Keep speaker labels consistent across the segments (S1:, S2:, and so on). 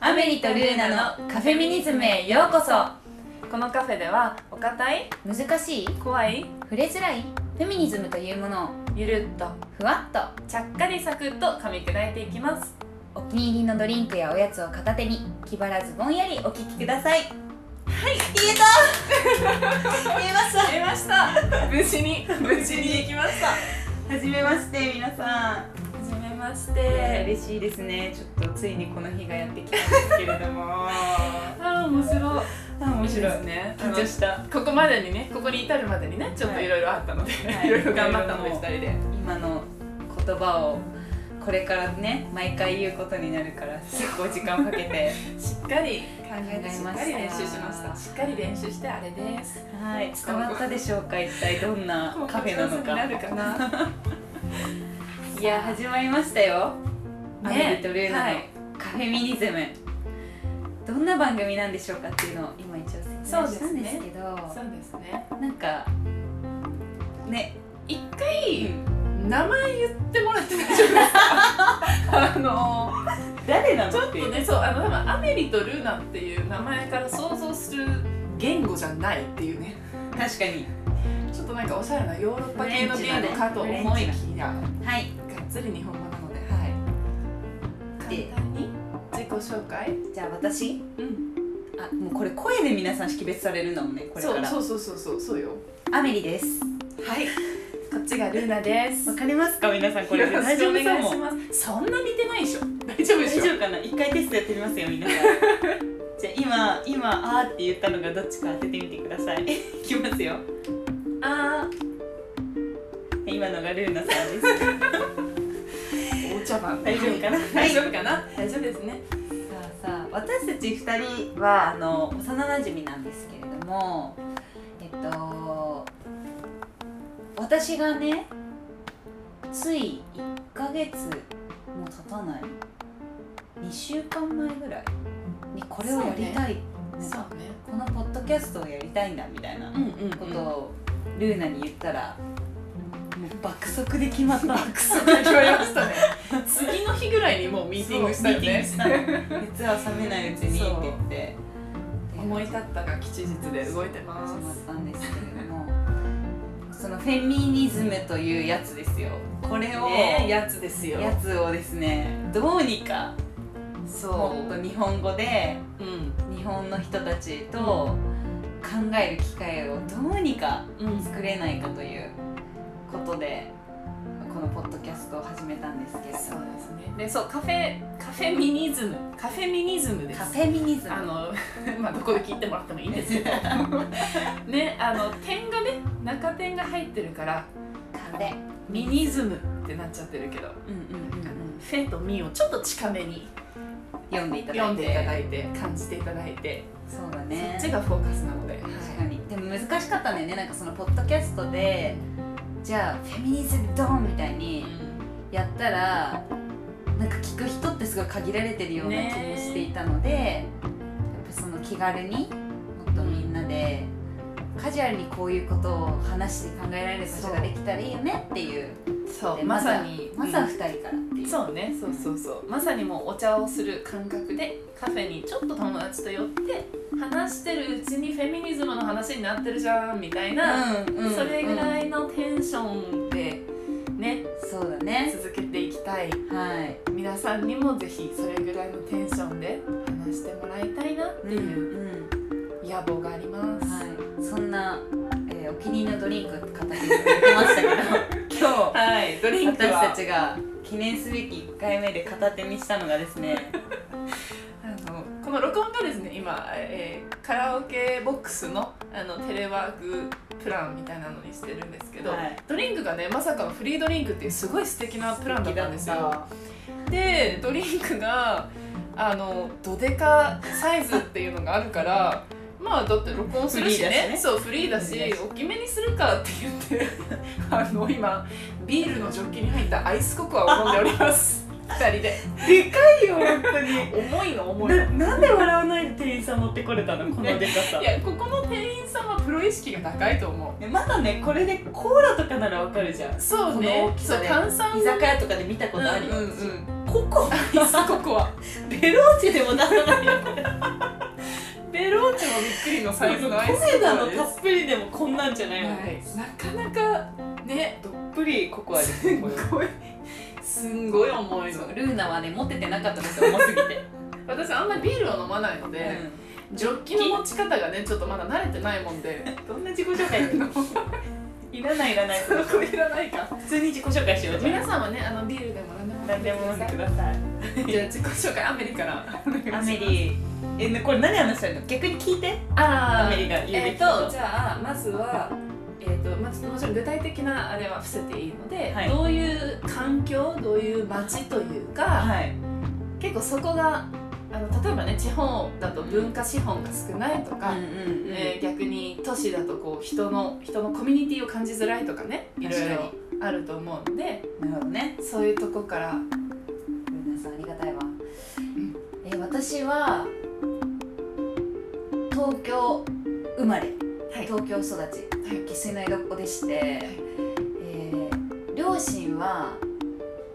S1: アメリとルーナのカフェミニズムへようこそ
S2: このカフェではお堅い
S1: 難しい
S2: 怖い
S1: 触れづらいフェミニズムというものを
S2: ゆるっと
S1: ふわっと
S2: ちゃっかりサクッと噛み砕いていきます
S1: お気に入りのドリンクやおやつを片手に気張らずぼんやりお聞きくださいはい言えた 言えまし
S2: 出ました 無事に無事に行きましたは
S1: たはじめまして皆さん
S2: じめまし
S1: いや
S2: て
S1: 嬉しいですねちょっとついにこの日がやってきたんですけれどもあ
S2: あー面白い
S1: 面白い
S2: ですね
S1: 緊張した
S2: ここまでにねここに至るまでにねちょっといろいろあったので、
S1: はい
S2: い、ろいろ頑張ったので
S1: は
S2: 2
S1: い
S2: 人で
S1: 今の言葉をこれからね毎回言うことになるから結構時間をかけて
S2: しっかり考
S1: えました
S2: しっかり練習しましたしっかり練習してあれです
S1: はい伝わったでしょうか一体どんなカフェなのか
S2: なるかない
S1: や始まりましたよ、アメリとルーナ
S2: は
S1: の
S2: い
S1: カフェミニズム、どんな番組なんでしょうかっていうのを今一応説明
S2: そうで
S1: した
S2: す
S1: ん
S2: ね
S1: ですけど
S2: そうですね
S1: なんかね
S2: 一回名前言ってもらって大丈夫ですかあの
S1: 誰な
S2: ちょ
S1: の
S2: っ
S1: っ
S2: と
S1: ていう
S2: ねそうあの多分アメリとルーナっていう名前から想像する言語じゃないっていうね
S1: 確かに
S2: ちょっとなんかおしゃれなヨーロッパ系の言語かと思いきや、
S1: はい
S2: がっつり日本語なのではい
S1: で
S2: 簡単に自己紹介
S1: じゃあ私
S2: うん
S1: あもうこれ声で皆さん識別されるんだもんねこれか
S2: そう
S1: ら
S2: そうそうそうそうそうよ
S1: アメリです
S2: はいこっちがルーナです
S1: わかりますか皆さんこれ
S2: よろ
S1: 大 丈
S2: しくお
S1: 夫
S2: 願い
S1: か
S2: し
S1: も
S2: ますそんな似てないでしょ大丈夫で
S1: 大
S2: しょ
S1: 丈夫かな一回テストやってみますよみんな じゃあ今今あーって言ったのがどっちか当ててみてください いきますよ
S2: あ
S1: 今のがルーナさんです
S2: ーお茶番
S1: 大丈夫かな
S2: 大丈夫かな大丈夫ですね
S1: さあさあ私たち2人はあの幼なじみなんですけれどもえっと私がねつい1ヶ月も経たない2週間前ぐらいにこれをやりたい、なんか
S2: ね
S1: このポッドキャストをやりたいんだみたいな
S2: うんうん
S1: こ
S2: うん
S1: とをルーナに言ったら、もう爆速で決ま った
S2: クソが決まりましたね次の日ぐらいにもうミーティングしたよ
S1: ミーティング
S2: ね
S1: したの熱は冷めないうちにって言ってで
S2: 思い立ったが吉日で動いてま
S1: 始ますったんですけれどもそのフェミニズムというやつですよこれを、
S2: ねえやつですよ
S1: やつをですねどうにか
S2: そ
S1: もっと日本語で
S2: ううん
S1: 日本の人たちと考える機会をどうにか
S2: うん
S1: 作れないかということでこのポッドキャストを始めたんですけれ
S2: そ
S1: ど
S2: う
S1: も
S2: ですねでそうカフェカフェミニズムカフェミニズムです
S1: カフェミニズム
S2: あの まあどこで聞いてもらってもいいんですけどねあの点がね中点が入ってるから
S1: カフェ
S2: ミニズムってなっちゃってるけど
S1: うんうんうんうん
S2: フェとミをちょっと近めに
S1: 読んでいただいて
S2: 読んでいただいて感じていただいて
S1: そうだ
S2: そ
S1: ね
S2: っちがフォーカスなので
S1: 確かにでも難しかったんだよねなんかそのポッドキャストでじゃあフェミニズムドンみたいにやったらなんか聞く人ってすごい限られてるような気もしていたので、やっぱその気軽にもっとみんなでカジュアルにこういうことを話して考えられる場所ができたらいいよねっていう
S2: そう
S1: で
S2: まさに
S1: まずは2人からっていう、
S2: そうねそうそうそうまさにもうお茶をする感覚でカフェにちょっと友達と寄って話してるうちにフェミニズムの話になってるじゃんみたいな、
S1: うんうん
S2: それぐ
S1: い、
S2: らいのテンションでね
S1: そうだね
S2: 続けていきたい
S1: はい
S2: 皆さんにもぜひそれぐらいのテンションで話してもらいたいなっていう
S1: うんうん
S2: 野望があります、
S1: はい、そんな、えー、お気に入りのドリンクって方に言ってましたけど 今
S2: はい、ド
S1: 日
S2: リンクは
S1: 私たちが記念すべき1回目で片手にしたのがですね
S2: あのこの録音がですね今、えーカラオケボックスのあのテレワークプランみたいなのにしてるんですけど、
S1: はい
S2: ドリンクがねまさかのフリードリンクっていうすごい素敵なプランだったんですよ。でドリンクがあのドデカサイズっていうのがあるから。まあだって録音するし
S1: フリーだ
S2: ね
S1: しね
S2: そうフリーだし
S1: フリーだし
S2: 大きめにするかって言って あの今ビールのジョッキに入ったアイスココアを飲んでおります二人で
S1: でかいよ本当
S2: 重いの重いの
S1: になんで笑わないで店員さん持ってこれたのこのでかさ
S2: いやここの店員さんはプロ意識が高いと思
S1: ねまだねこれでコーラとかならわかるじゃん
S2: うそう
S1: ね
S2: そう
S1: この大きさ
S2: 炭酸
S1: 居酒屋とかで見たことあるよ、
S2: うんうんうん
S1: ココ
S2: アイスココア
S3: ベローチェでもならないよ
S2: ベローチェもびっくりのサイズのアイス
S3: コ
S2: コ
S3: コ
S2: コ
S3: ア
S2: ア
S3: の
S2: で
S3: たっ
S2: す
S3: ぷりでもこんなんじゃないもん
S2: は
S3: ね
S2: いなかなかねどっぷりココアです
S3: す
S2: ね
S3: ん
S2: これは
S3: ごいすんごい重いの
S1: ルーナはね持っててなかったんですよ重すぎて、
S2: 私あんまりビールを飲まないので、ジョッキの持ち方がねちょっとまだ慣れてないも んで
S3: どんな自己紹介いらないいらない
S2: そこいらないか
S3: 普通に自己紹介しようじゃ
S2: 皆さんはねあのビールでも何でも
S3: あ何でも飲んでください
S2: じゃあ自己紹介アメリから
S3: アメリえねこれ何話したの逆に聞いて
S2: あ
S3: アメリが言う
S2: え
S3: べ
S2: っ
S3: き
S2: と
S3: こと
S2: じゃあまずは、えっとまあ、もちろん具体的なあれは伏せていいので、
S3: はい
S2: どういう環境どういう街というか、
S3: はい
S2: 結構そこがあの例えばね地方だと文化資本が少ないとか、
S1: うんうん
S2: えー逆に都市だとこう人の人のコミュニティを感じづらいとかねい
S1: 確
S2: ろ
S1: かに
S2: いろあると思うので
S1: なるほどね
S2: そういうとこから
S1: ルーナさんありがたいわ、
S2: ん
S1: えー私は東京生まれ、
S2: はい
S1: 東京育ち生粋の江戸っ子でして、えー両親は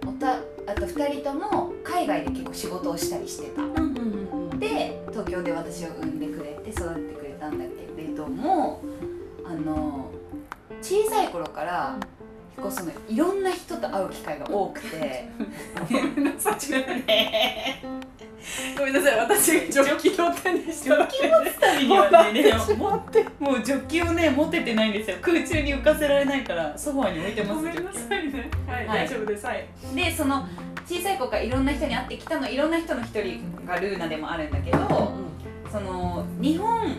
S1: おたあと2人とも海外で結構仕事をしたりしてた
S2: うんうんうんうん
S1: で東京で私を産んでくれて育ててくれたんだけれどもあの小さい頃から結構そのいろんな人と会う機会が多くて
S3: ごめんなさい
S2: ごめんなさい私がジョッキの手にしてた
S3: ためにはねでも持ってもうジョッキをね持ててないんですよ空中に浮かせられないからソファーに置いてま
S2: ご
S3: す
S2: め
S3: け
S2: ん
S3: ど
S2: なさいねはい、
S1: はい
S2: 大丈夫ですはい
S1: でその小さい頃からいろんな人に会ってきたのいろんな人の一人がルーナでもあるんだけどその日本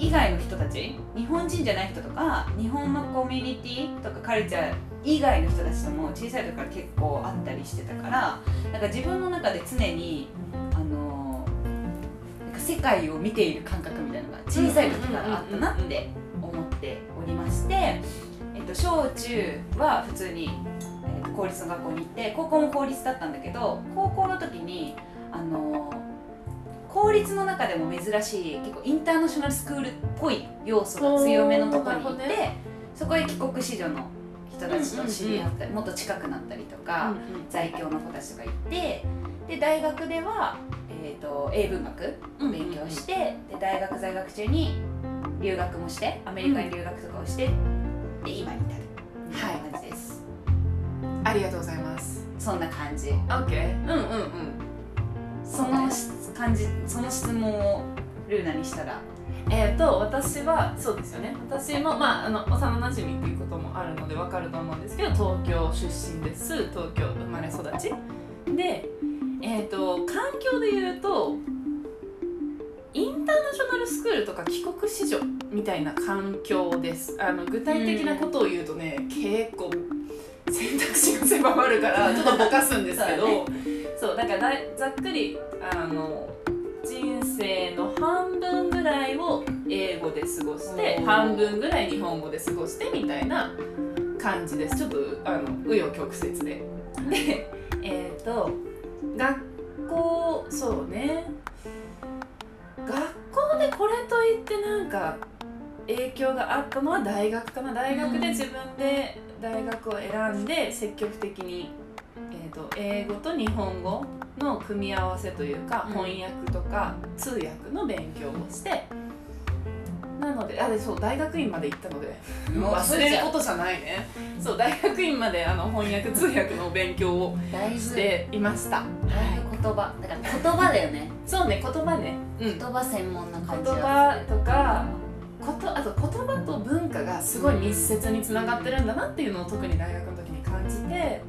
S1: 以外の人たち日本人じゃない人とか日本のコミュニティとかカルチャー以外の人たちとも小さい時から結構会ったりしてたからなんか自分の中で常にあのなんか世界を見ている感覚みたいなのが小さい時からあったなって思っておりまして、えっと、小中は普通に、えっと、公立の学校に行って高校も公立だったんだけど高校の時にあの公立の中でも珍しい結構インターナショナルスクールっぽい要素が強めのところに行っ
S2: おーなる
S1: て、
S2: ほど
S1: そこへ帰国子女の人たちと知り合ったり、もっと近くなったりとか、在京の子たちとか行ってで大学では、えー、と英文学を勉強して、で大学在学中に留学もしてアメリカに留学とかをして、で今に至るみたいな感じです、
S2: ありがとうございます
S1: そんな感じ
S2: OK
S1: うんうんうんその質感じその質問をルーナにしたら
S2: えっ、と私はそうですよね私もまああの幼なじみっていうこともあるのでわかると思うんですけど東京出身です東京生まれ育ちでえっ、と環境で言うとインターナショナルスクールとか帰国子女みたいな環境ですあの具体的なことを言うとね、結構選択肢が狭まるからちょっとぼかすんですけど
S1: そう
S2: そう,、だからだいざっくりあの人生の半分ぐらいを英語で過ごして
S1: おー
S2: 半分ぐらい日本語で過ごしてみたいな感じですちょっとあの紆余曲折で。でえっ、と学校そうね学校でこれといってなんか影響があったのは大学かな大学で自分で大学を選んで積極的に、えー、と英語と日本語の組み合わせというか
S1: うん
S2: 翻訳とか通訳の勉強をしてなのであでそう大学院まで行ったので忘れることじゃないねそう大学院まであの翻訳通訳の勉強を
S1: 大事
S2: していまし
S1: だ
S2: た
S1: いぶ言葉だから言葉だよね
S2: そうね言葉ねうん
S1: 言葉専門な感じ
S2: 言葉とかことあと言葉と文化がすごい密接につながってるんだなっていうのを特に大学の時に感じて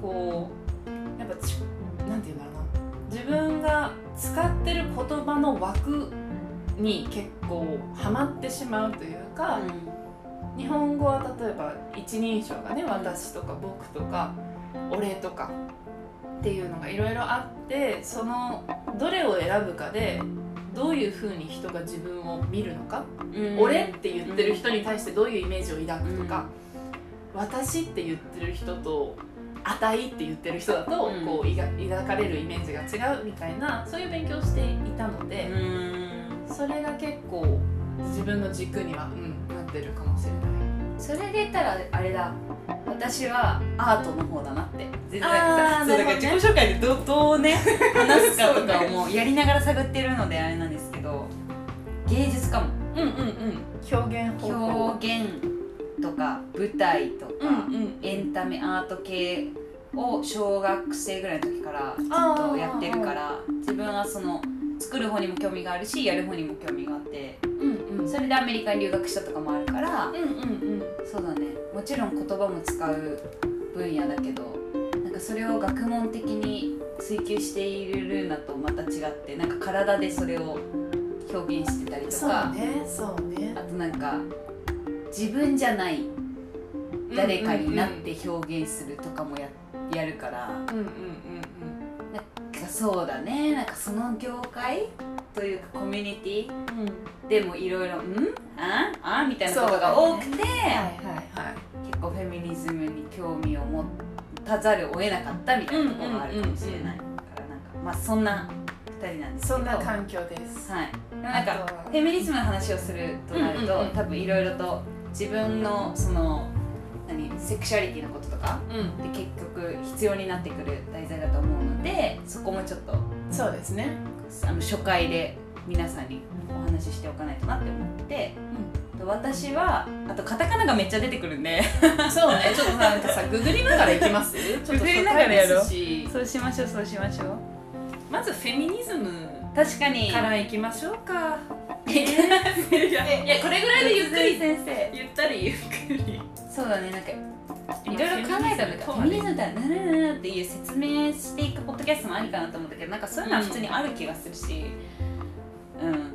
S2: こうやっぱちなんて言うんだろうな自分が使ってる言葉の枠に結構ハマってしまうというか、日本語は例えば一人称がね私とか僕とか俺とかっていうのがいろいろあってそのどれを選ぶかでどういうふうに人が自分を見るのか、
S1: うん
S2: 俺って言ってる人に対してどういうイメージを抱くとか、私って言ってる人と値って言ってる人だと、
S1: うん
S2: こういが抱かれるイメージが違うみたいなそういう勉強をしていたので。
S1: うん
S2: それが結構自分の軸には、うん、なってるかもしれない
S1: それで言ったらあれだ私はアートの方だなって全然
S3: あー
S1: そうだから
S3: なるほど
S1: 自
S3: ね
S1: 己紹介でどどうね話すかとかをもうやりながら探ってるのであれなんですけど芸術かも
S2: うんうんうん表現方法
S1: 表現とか舞台とか、
S2: うんうん
S1: エンタメアート系を小学生ぐらいの時からず
S2: あ
S1: っ
S2: ー
S1: とやってるから自分はその作る方にも興味があるしやる方にも興味があって
S2: うんうん
S1: それでアメリカに留学したとかもあるから
S2: うんうん
S1: そうだねもちろん言葉も使う分野だけどなんかそれを学問的に追求しているなとまた違ってなんか体でそれを表現してたり
S2: うん
S1: と
S2: そう
S1: か、
S2: ねそうね
S1: あとなんか自分じゃない誰かになって表現するとかもややるから
S2: うんうんうん
S1: なんかそうだねなんかその業界というかコミュニティ
S2: うんうん
S1: でもいろいろ「んああみたいなこと
S2: そうだ
S1: が
S2: ね
S1: 多くて、
S2: はいはいはい
S1: 結構フェミニズムに興味を持たざるを得なかったみたいなところがあるかもしれないからなんかまあそんな2人なんですけど
S2: そんな環境です
S1: はいでもなんか
S2: あとは
S1: フェミニズムの話をするとなると、
S2: うんうんうん
S1: 多分いろいろと自分のその何セクシュアリティのこととか
S2: うん
S1: で結局必要になってくる題材だと思うのでそこもちょっと
S2: そうですね
S1: あの初回で皆さんにお話ししておかないとなって思って、と私はあとカタカナがめっちゃ出てくるんで
S2: そうねちょっとなんかさググりながらいきますちょっと
S1: ググりながらやろう
S2: 初回ですし
S1: そうしましょうそうしましょう
S2: まずフェミニズム
S1: 確かに
S2: からいきましょう か
S1: いやいやこれぐらいでゆっくり先生
S2: ゆったりゆっくり
S1: そうだねなんかいろいろ考えたんだけどフ
S2: フ
S1: ェ
S2: ェ
S1: ミ
S2: ミ
S1: ニ
S2: ニ
S1: ズムってななななっていう説明していくポッドキャストもありかなと思ったけどなんかそういうのは普通にある気がするしうん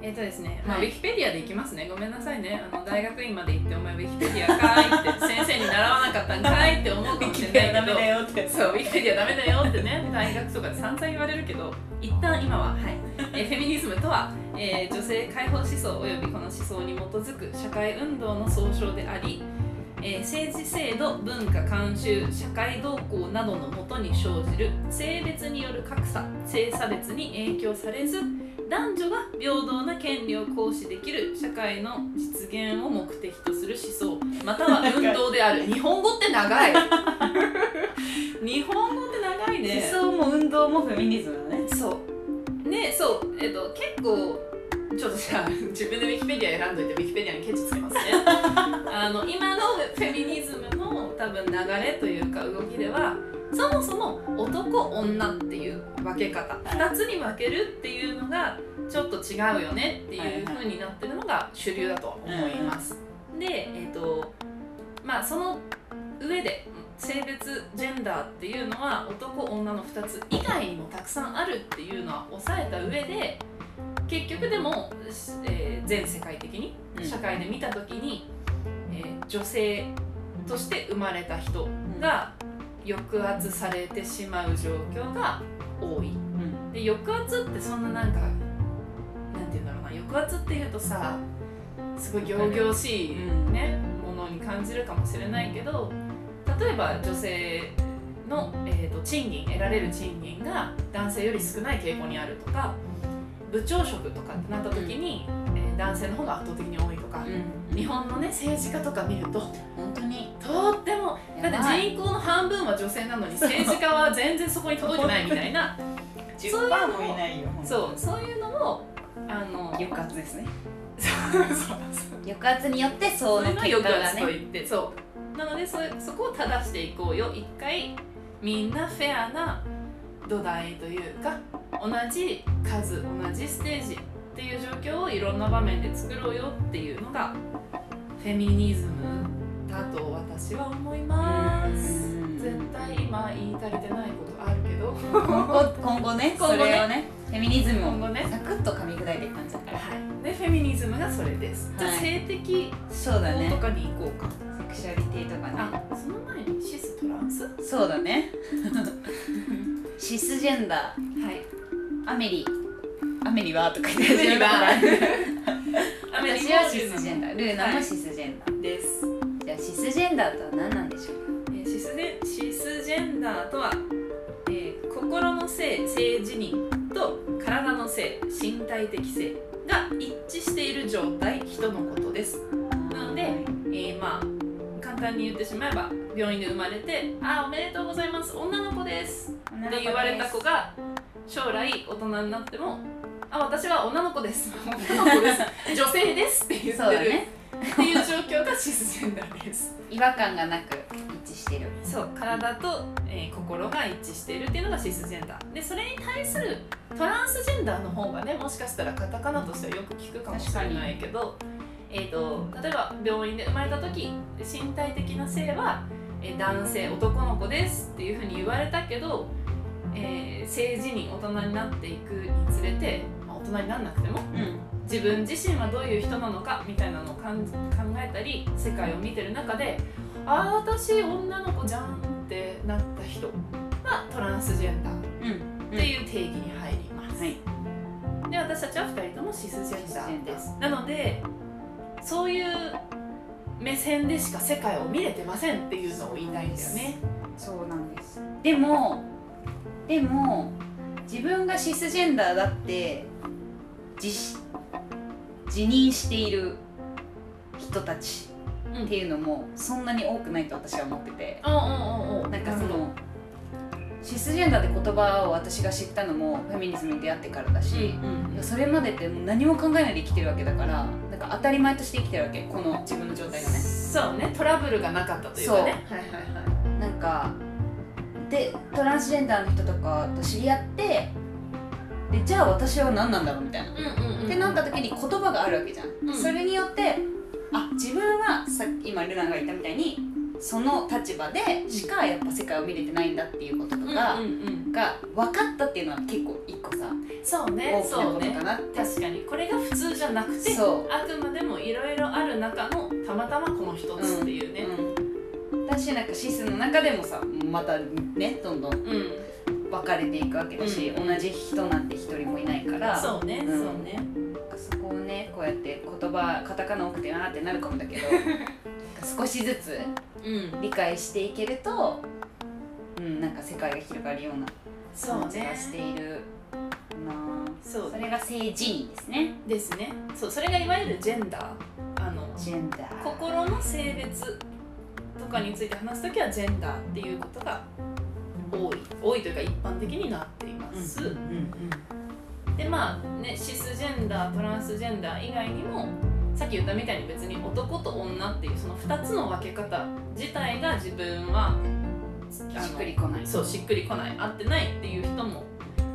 S2: えっとですね、
S1: はい
S2: まあウィキペディアでいきますねごめんなさいねあの大学院まで行ってお前ウィキペディアかーいって先生に習わなかったんかーいって思うかも しれないけど
S3: よって
S2: そうウィキペディアダメだよってね大学とかで散々言われるけど一旦今は、はいえーフェミニズムとは、えー女性解放思想およびこの思想に基づく社会運動の総称であり、えー政治制度文化慣習社会動向などのもとに生じる性別による格差性差別に影響されず男女が平等な権利を行使できる社会の実現を目的とする思想または運動である日本語って長い日本語って長いね
S3: 思想も運動もフェミニズムだね
S2: そうねそうえっ、と結構ちょっとじゃあ自分でウィキペディア選んどいてウィキペディアにケチつけますねあの今のフェミニズムの多分流れというか動きではそもそも男女っていう分け方2つに分けるっていうのがちょっと違うよねっていう風になってるのが主流だと思います、でえっ、とまあその上で性別ジェンダーっていうのは男女の2つ以外にもたくさんあるっていうのは抑えた上で結局でも、しえー全世界的に
S1: うん
S2: 社会で見た時に、えー女性として生まれた人が抑圧されてしまう状況が多
S1: う
S2: い。
S1: ん
S2: で抑圧ってそんななんかなんて言うんだろうな抑圧っていうとさすごい仰々しい、
S1: うん
S2: ねものに感じるかもしれないけど例えば女性の、えー、と賃金得られる賃金が男性より少ない傾向にあるとか部長職とかってなった時に、えー男性の方が圧倒的に多いとか、
S1: うん
S2: 日本のね政治家とか見ると
S1: 本当に
S2: とってもだ
S1: や
S2: って
S1: ばい
S2: 人口の半分は女性なのに政治家は全然そこに届いてないみたいな
S3: 10%
S2: そういうのも
S3: もいないよ
S2: そうそういうのもあの
S1: 抑圧ですね
S2: そうそう
S1: 抑圧によって
S2: そ
S1: そうう
S2: い
S1: の
S2: うの
S1: 結
S2: よ
S1: 果
S2: く
S1: が
S2: あると
S1: ね
S2: 言ってそうなのでそそこを正していこうよ一回みんなフェアな土台というか同じ数同じステージっていう状況をいろんな場面で作ろうよっていうのがフェミニズムだと私は思います
S1: うん
S2: 絶対今言い足りてないことあるけど
S1: 今後今後ね
S2: 今
S1: そ
S2: 後ね
S1: れをねフェミニズム
S2: 今
S1: を
S2: 後ね
S1: サクッと噛み砕いていく感じだから
S2: はいでフェミニズムがそれです、じゃあ
S1: はい
S2: 性的
S1: そうだ
S2: と
S1: ね
S2: かに行こうか、
S1: セクシュアリティとかね
S2: あその前にシストランスは
S1: そうだね シスジェンダー
S2: い
S1: アメリアメリはとか言って
S2: アメリはアメリ
S1: 私
S2: カ
S1: はシスジェンダールーナもシスジェンダー、
S2: です、
S1: じゃあシスジェンダーとは何なんでしょうか
S2: えーシスでシスジェンダーとは、えー心の性性自認と体の性身体的性が一致している状態人のことですなので、えーま単に言ってしまえば病院で生まれて「あーおめでとうございます女の子です」って言われた子が将来大人になっても「あ私は女の子です」「女の子です」「 女性です」って言
S1: そう
S2: って
S1: だ
S2: る、
S1: ね
S2: っていう状況がシスジェンダーです
S1: 違和感がなく一致してる
S2: そう体と、えー心が一致しているっていうのがシスジェンダーでそれに対するトランスジェンダーの方がねもしかしたらカタカナとしてはよく聞くかもしれないけど、えー、と例えば病院で生まれた時身体的な性は、えー男性男の子ですっていうふうに言われたけど、えー性自認大人になっていくにつれて、まあ、大人にならなくても
S1: うん
S2: 自分自身はどういう人なのかみたいなのをかん考えたり世界を見てる中でああ私女の子じゃんってなった人はトランスジェンダーっ
S1: うん
S2: ていう定義に入ります、
S1: はい
S2: で私たちは2人ともシスジェンダーですなのでそういう目線でしか世界を見れてませんっていうのを言いたいんだよね
S1: そうなんですでもでも自分がシスジェンダーだって自し自認している人たち
S2: うん
S1: っていうのもそんなに多くないと私は思ってて
S2: おおおお
S1: なんかそのシスジェンダーって言葉を私が知ったのもフェミニズムに出会ってからだし、それまでってもう何も考えないで生きてるわけだからなんか当たり前として生きてるわけこの自分の状態がね
S2: そうねトラブルがなかったというかねはいはいはい
S1: なんかでトランスジェンダーの人とかと知り合ってでじゃあ私は何なんだろうみたいな。
S2: うんうんうん
S1: ってなった時に言葉があるわけじゃん、
S2: ん
S1: それによってあ自分はさっき今ルナが言ったみたいにその立場でしかやっぱ世界を見れてないんだっていうこととか、
S2: うんうんうん
S1: が分かったっていうのは結構一個さ
S2: そうね
S1: 大きな
S2: そ
S1: こ
S2: う
S1: と
S2: ね
S1: かなって
S2: 確かにこれが普通じゃなくて
S1: そう
S2: あくまでもいろいろある中のたまたまこの一つっていうね
S1: うん、だしなんかシスの中でもさまたねどんどん
S2: うん、
S1: 分かれていくわけだし、
S2: うん
S1: 同じ人なんて一人もいないから
S2: そうね、
S1: うん
S2: そうね
S1: そこをねこうやって言葉カタカナ多くてなーってなるかもだけど なんか少しずつ
S2: うん
S1: 理解していけると、うん、なんか世界が広がるような
S2: そう
S1: 感じ
S2: ね
S1: がしているなあ
S2: そう
S1: それが性自認ですね
S2: ですねそうそれがいわゆるジェンダーあの
S1: ジェンダー
S2: 心の性別とかについて話すときはジェンダーっていうことが多い多いというか一般的になっています、
S1: うんうん
S2: でまあねシスジェンダートランスジェンダー以外にもさっき言ったみたいに別に男と女っていうその2つの分け方自体が自分は
S1: うん
S2: あの
S1: しっくりこない
S2: そうしっくりこない合ってないっていう人も、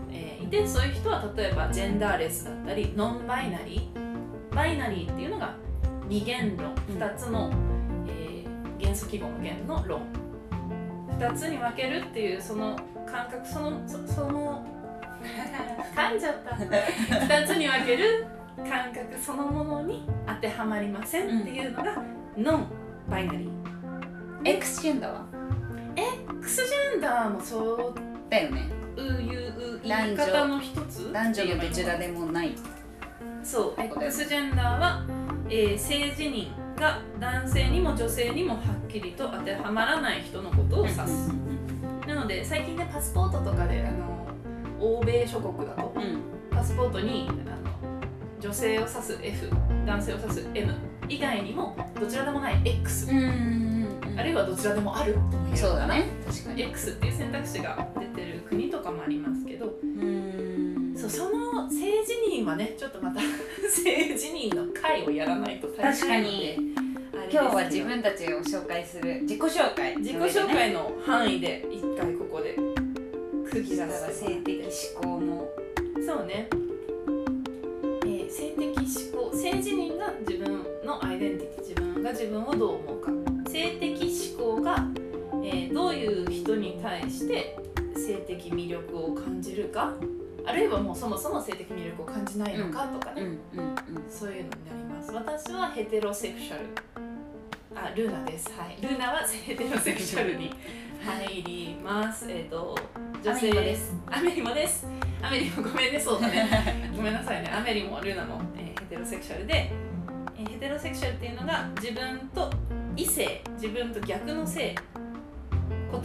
S2: えーいてそういう人は例えばジェンダーレスだったりノンバイナリーバイナリーっていうのが二元論
S1: うん
S2: 2つの、えー元素記号の元の論2つに分けるっていうその感覚そのそその 噛んじゃった2つに分ける感覚そのものに当てはまりませんっていうのが、ノンバイナリー
S1: X ジェンダーは
S2: X ジェンダーもそう
S1: だよね
S2: いう言い方の一つ
S1: 男女のどちらでもない
S2: そう X ジェンダーは、えー性自認が男性にも女性にもはっきりと当てはまらない人のことを指すなので最近ねパスポートとかであの欧米諸国だと
S1: うん
S2: パスポートにあの女性を指す F 男性を指す M 以外にもどちらでもない X
S1: うんうんうん
S2: あるいはどちらでもあるとも言える
S1: そう
S2: の
S1: だ
S2: かな
S1: ね確かに
S2: X っていう選択肢が出てる国とかもありますけど
S1: うん
S2: そうその性自認はねちょっと また性自認の会をやらないと大変なのであれですけ
S1: 今
S2: ど
S1: 日は自分たちを紹介する自己紹介
S2: 自己紹介の範囲で一回ここで区切
S1: だ
S2: ら
S1: か
S2: せ
S1: ら性
S2: て
S1: 的
S2: 思
S1: 思考の
S2: 考そうね、えー性的思考性自認が自分のアイデンティティ自分が自分をどう思うか性的思考が、えーどういう人に対して性的魅力を感じるかあるいはもうそもそも性的魅力を感じないのかとかね、
S1: うんうん
S2: そういうのになります。私はヘテロセクシャル。あ、ルナです。はい。ルナはヘテロセクシャルに入ります。えっ、と、女性
S1: アメリモです。
S2: アメリモです。アメリモ、ごめんね、そうだね。ごめんなさいね。アメリモ、ルナも、えーヘテロセクシャルで、えーヘテロセクシャルっていうのが自分と異性、自分と逆の性、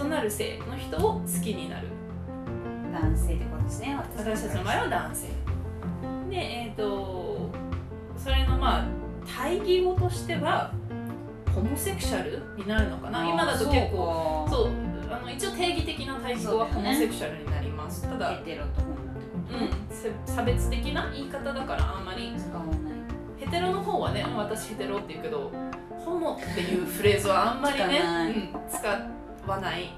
S2: 異なる性の人を好きになる。
S1: うん男性ってことですね
S2: 私たちの場合は男性でえっ、とそれのまあ対義語としてはホモセクシャルになるのかな今だと結
S1: 構
S2: 構そうあの一応定義的な対象は
S1: そ
S2: ホ
S1: うだよね
S2: モセクシャルになります、ただ、
S1: ヘテロとホモって
S2: うん、せ差別的な言い方だからあんまり
S1: 使わない
S2: ヘテロの方はねうん私ヘテロって言うけどホモっていうフレーズはあんまり
S1: 使わない
S2: ね、うん、使わない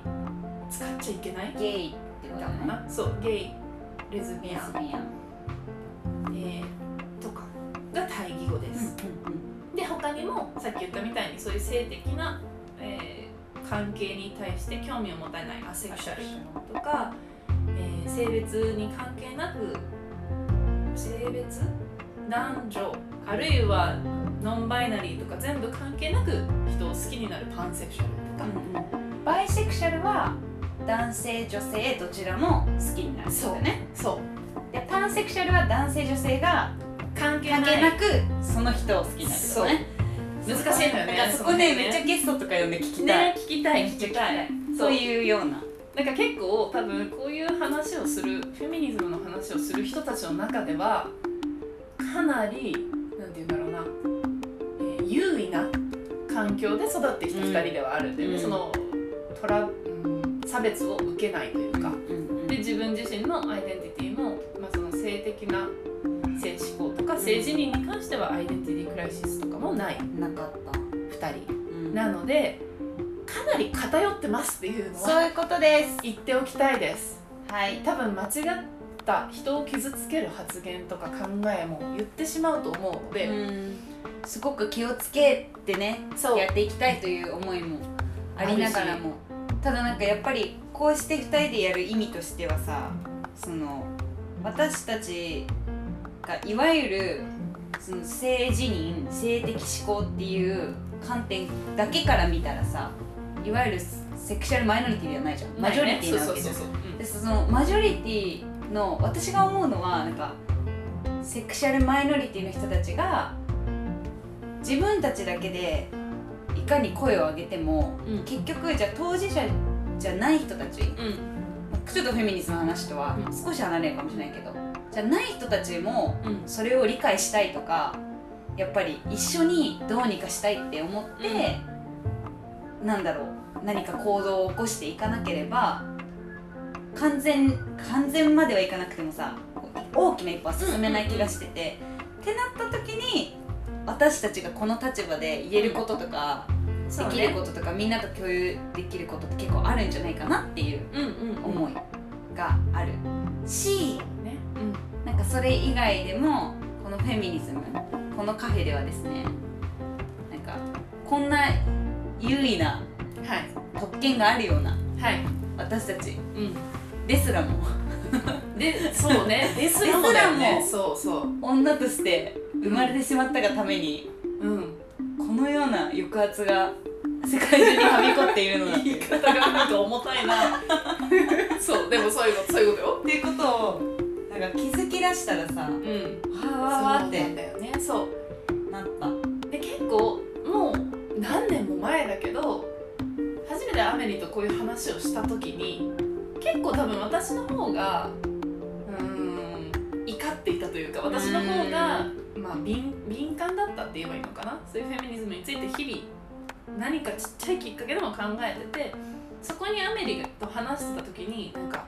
S2: 使っちゃいけない
S1: ゲイってこと
S2: だ
S1: だ
S2: か
S1: ね
S2: なそうゲイレズビ
S1: レ
S2: ア
S1: ズ
S2: ン、
S1: ビアン
S2: えーとかが対義語です、で他にもさっき言ったみたいにそういう性的な、えー関係に対して興味を持たないアセクシャルとか、えー性別に関係なく性別男女あるいはノンバイナリーとか全部関係なく人を好きになるパンセクシャルとか、
S1: バイセクシャルは男性女性どちらも好きになるんだよね
S2: そう
S1: でパンセクシャルは男性女性が
S2: 関係
S1: 関
S2: な
S1: 係
S2: い
S1: なくその人を好きになることね
S2: そう難しいのよね
S1: だからそこね
S2: その辺ね
S1: めっちゃゲストとか呼んで聞きたい、
S2: ね聞きたい聞きたい
S1: そう
S2: う
S1: いうような
S2: なんか結構多分こういう話をするフェミニズムの話をする人たちの中ではかなりなんて言うんだろうな、えー優位な環境で育ってきた2人ではあるんだよね、
S1: うん
S2: そのトラ、うん差別を受けないというかで自分自身のアイデンティティも、まあ、その性的な性思考とか性自認に関してはアイデンティティクライシスとかもない
S1: なかった、
S2: 2人
S1: うん
S2: なのでかなり偏ってますっていうの
S1: そう
S2: は
S1: いうことです
S2: 言っておきたいです。
S1: はい
S2: 多分間違った人を傷つける発言とか考えも言ってしまうと思うので、
S1: うんすごく気をつけてね
S2: そう
S1: やっていきたいという思いもありながらもただなんかやっぱりこうして2人でやる意味としてはさその私たちがいわゆるその性自認性的思考っていう観点だけから見たらさいわゆるセクシャルマイノリティではないじゃんマジョリティなわけじゃん
S2: そうそうそうそう
S1: でそのマジョリティの私が思うのはなんかセクシャルマイノリティの人たちが自分たちだけでいかに声を上げても、
S2: うん
S1: 結局じゃあ当事者じゃない人たち
S2: うんうん
S1: ちょっとフェミニズムの話とは
S2: うん
S1: 少し離れるかもしれないけどじゃあない人たちも
S2: うん
S1: それを理解したいとかやっぱり一緒にどうにかしたいって思って、なんだろう何か行動を起こしていかなければ完全完全まではいかなくてもさ大きな一歩は進めない気がしてて、ってなった時に私たちがこの立場で言えることとか、
S2: そう
S1: で
S2: ね
S1: きることとか、みんなと共有できることって結構あるんじゃないかなっていう
S2: うんうん
S1: 思いがあるし、
S2: ね
S1: なんかそれ以外でもこのフェミニズムこのカフェではですねなんかこんな優位な
S2: うんはい
S1: 特権があるような
S2: はい
S1: 私たち
S2: う
S1: ですらも
S2: んでそうねデスラもだよ
S1: デ
S2: ね
S1: ス
S2: そうそう
S1: 女として生まれてしまったがために
S2: うん
S1: このような抑圧が世界中にはびこっているのだって
S2: 言
S1: い
S2: いう方がなんか重たいなそうでもそういうことそういうことよ
S1: っていうことをなんか気づき出したらさわ
S2: うん
S1: ーわーわーっ
S2: そうなん
S1: て
S2: だよねそう
S1: なった
S2: で結構もう何年も前だけど初めてアメリとこういう話をした時に結構多分私の方がうーん怒っていたというか私の方がまあ敏敏感だったって言えばいいのかなそういうフェミニズムについて日々何かちっちゃいきっかけでも考えててそこにアメリと話してた時になんか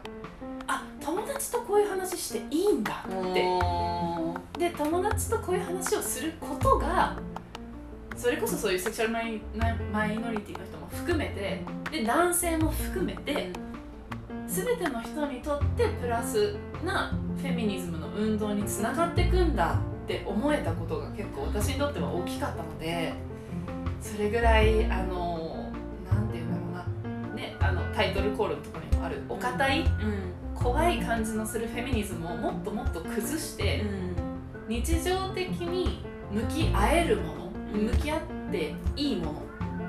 S2: あ友達とこういう話していいんだって
S1: おー
S2: で友達とこういう話をすることがそれこそそういうセクシャルマイナマイノリティの人も含めてで男性も含めて全ての人にとってプラスなフェミニズムの運動につながっていくんだって思えたことが結構私にとっては大きかったのでそれぐらいあのなんていうんだろうな、ね、あのタイトルコールのところにもあるお堅い怖い感じのするフェミニズムをもっともっと崩して。日常的に向き合えるもの
S1: うん
S2: 向き合っていいもの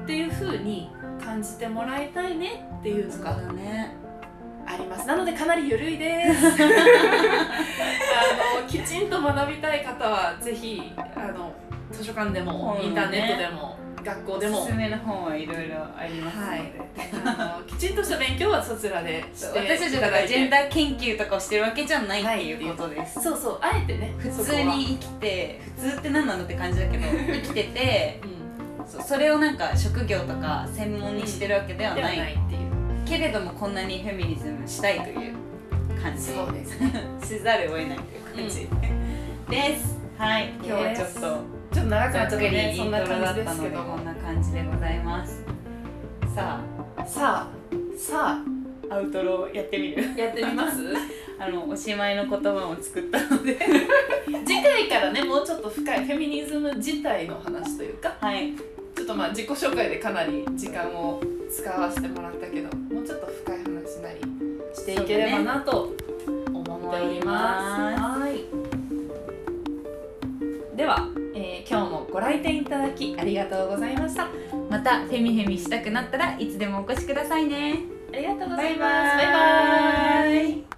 S2: っていう風に感じてもらいたいねっていう
S1: そ
S2: の
S1: う
S2: が
S1: だね
S2: ありますなのでかなりゆるいです あのきちんと学びたい方はぜひあの図書館でも、
S1: 本をね
S2: インターネットでも学校で
S1: お
S2: も
S1: すすめの本はいろいろありますので、
S2: はいあのきちんとした勉強はそちらでして
S1: 私たち
S2: い
S1: だ
S2: た
S1: か
S2: だ
S1: ら
S2: い
S1: ジェン
S2: て
S1: ダー研究とかをしてるわけじゃないっていうことです、
S2: そうそうあえてね
S1: 普通に生きて普通って何なのって感じだけど生きてて
S2: そ
S1: そ
S2: こは
S1: うそれをなんか職業とか専門にしてるわけでは
S2: では
S1: ない,、
S2: ないっていう
S1: けれどもこんなにフェミニズムしたいという感じ
S2: そうですね
S1: せざるを得ないという感じ、ですはい今日はちょっと
S4: ちょっと長くなっち
S1: ざ
S4: ゃ
S1: っ
S4: っ
S1: く
S4: た
S1: り
S4: ね
S1: イ
S4: そ
S1: ン
S4: ん
S1: ト
S4: な
S1: ロだ
S4: 感
S1: っ
S4: じで
S1: た
S4: す
S1: の
S4: け
S1: で
S4: ど
S1: こんな感じでございますさ
S4: さあさ
S5: アウトロやってみる
S2: やってみます
S5: あのおしまいの言葉を作ったので
S2: 次回からねもうちょっと深いフェミニズム自体の話というか
S5: はい
S2: ちょっとまあ自己紹介でかなり時間を使わせてもらったけどもうちょっと深い話なりしていければなと思っております。はいでは、えー今日もご来店いただきありがとうございました。あ
S1: あまたフェミフェミしたくなったらいつでもお越しくださいね
S2: りがとう
S1: バ
S2: ござい
S1: イ
S2: ます。
S1: バ
S2: バイバイ
S1: イ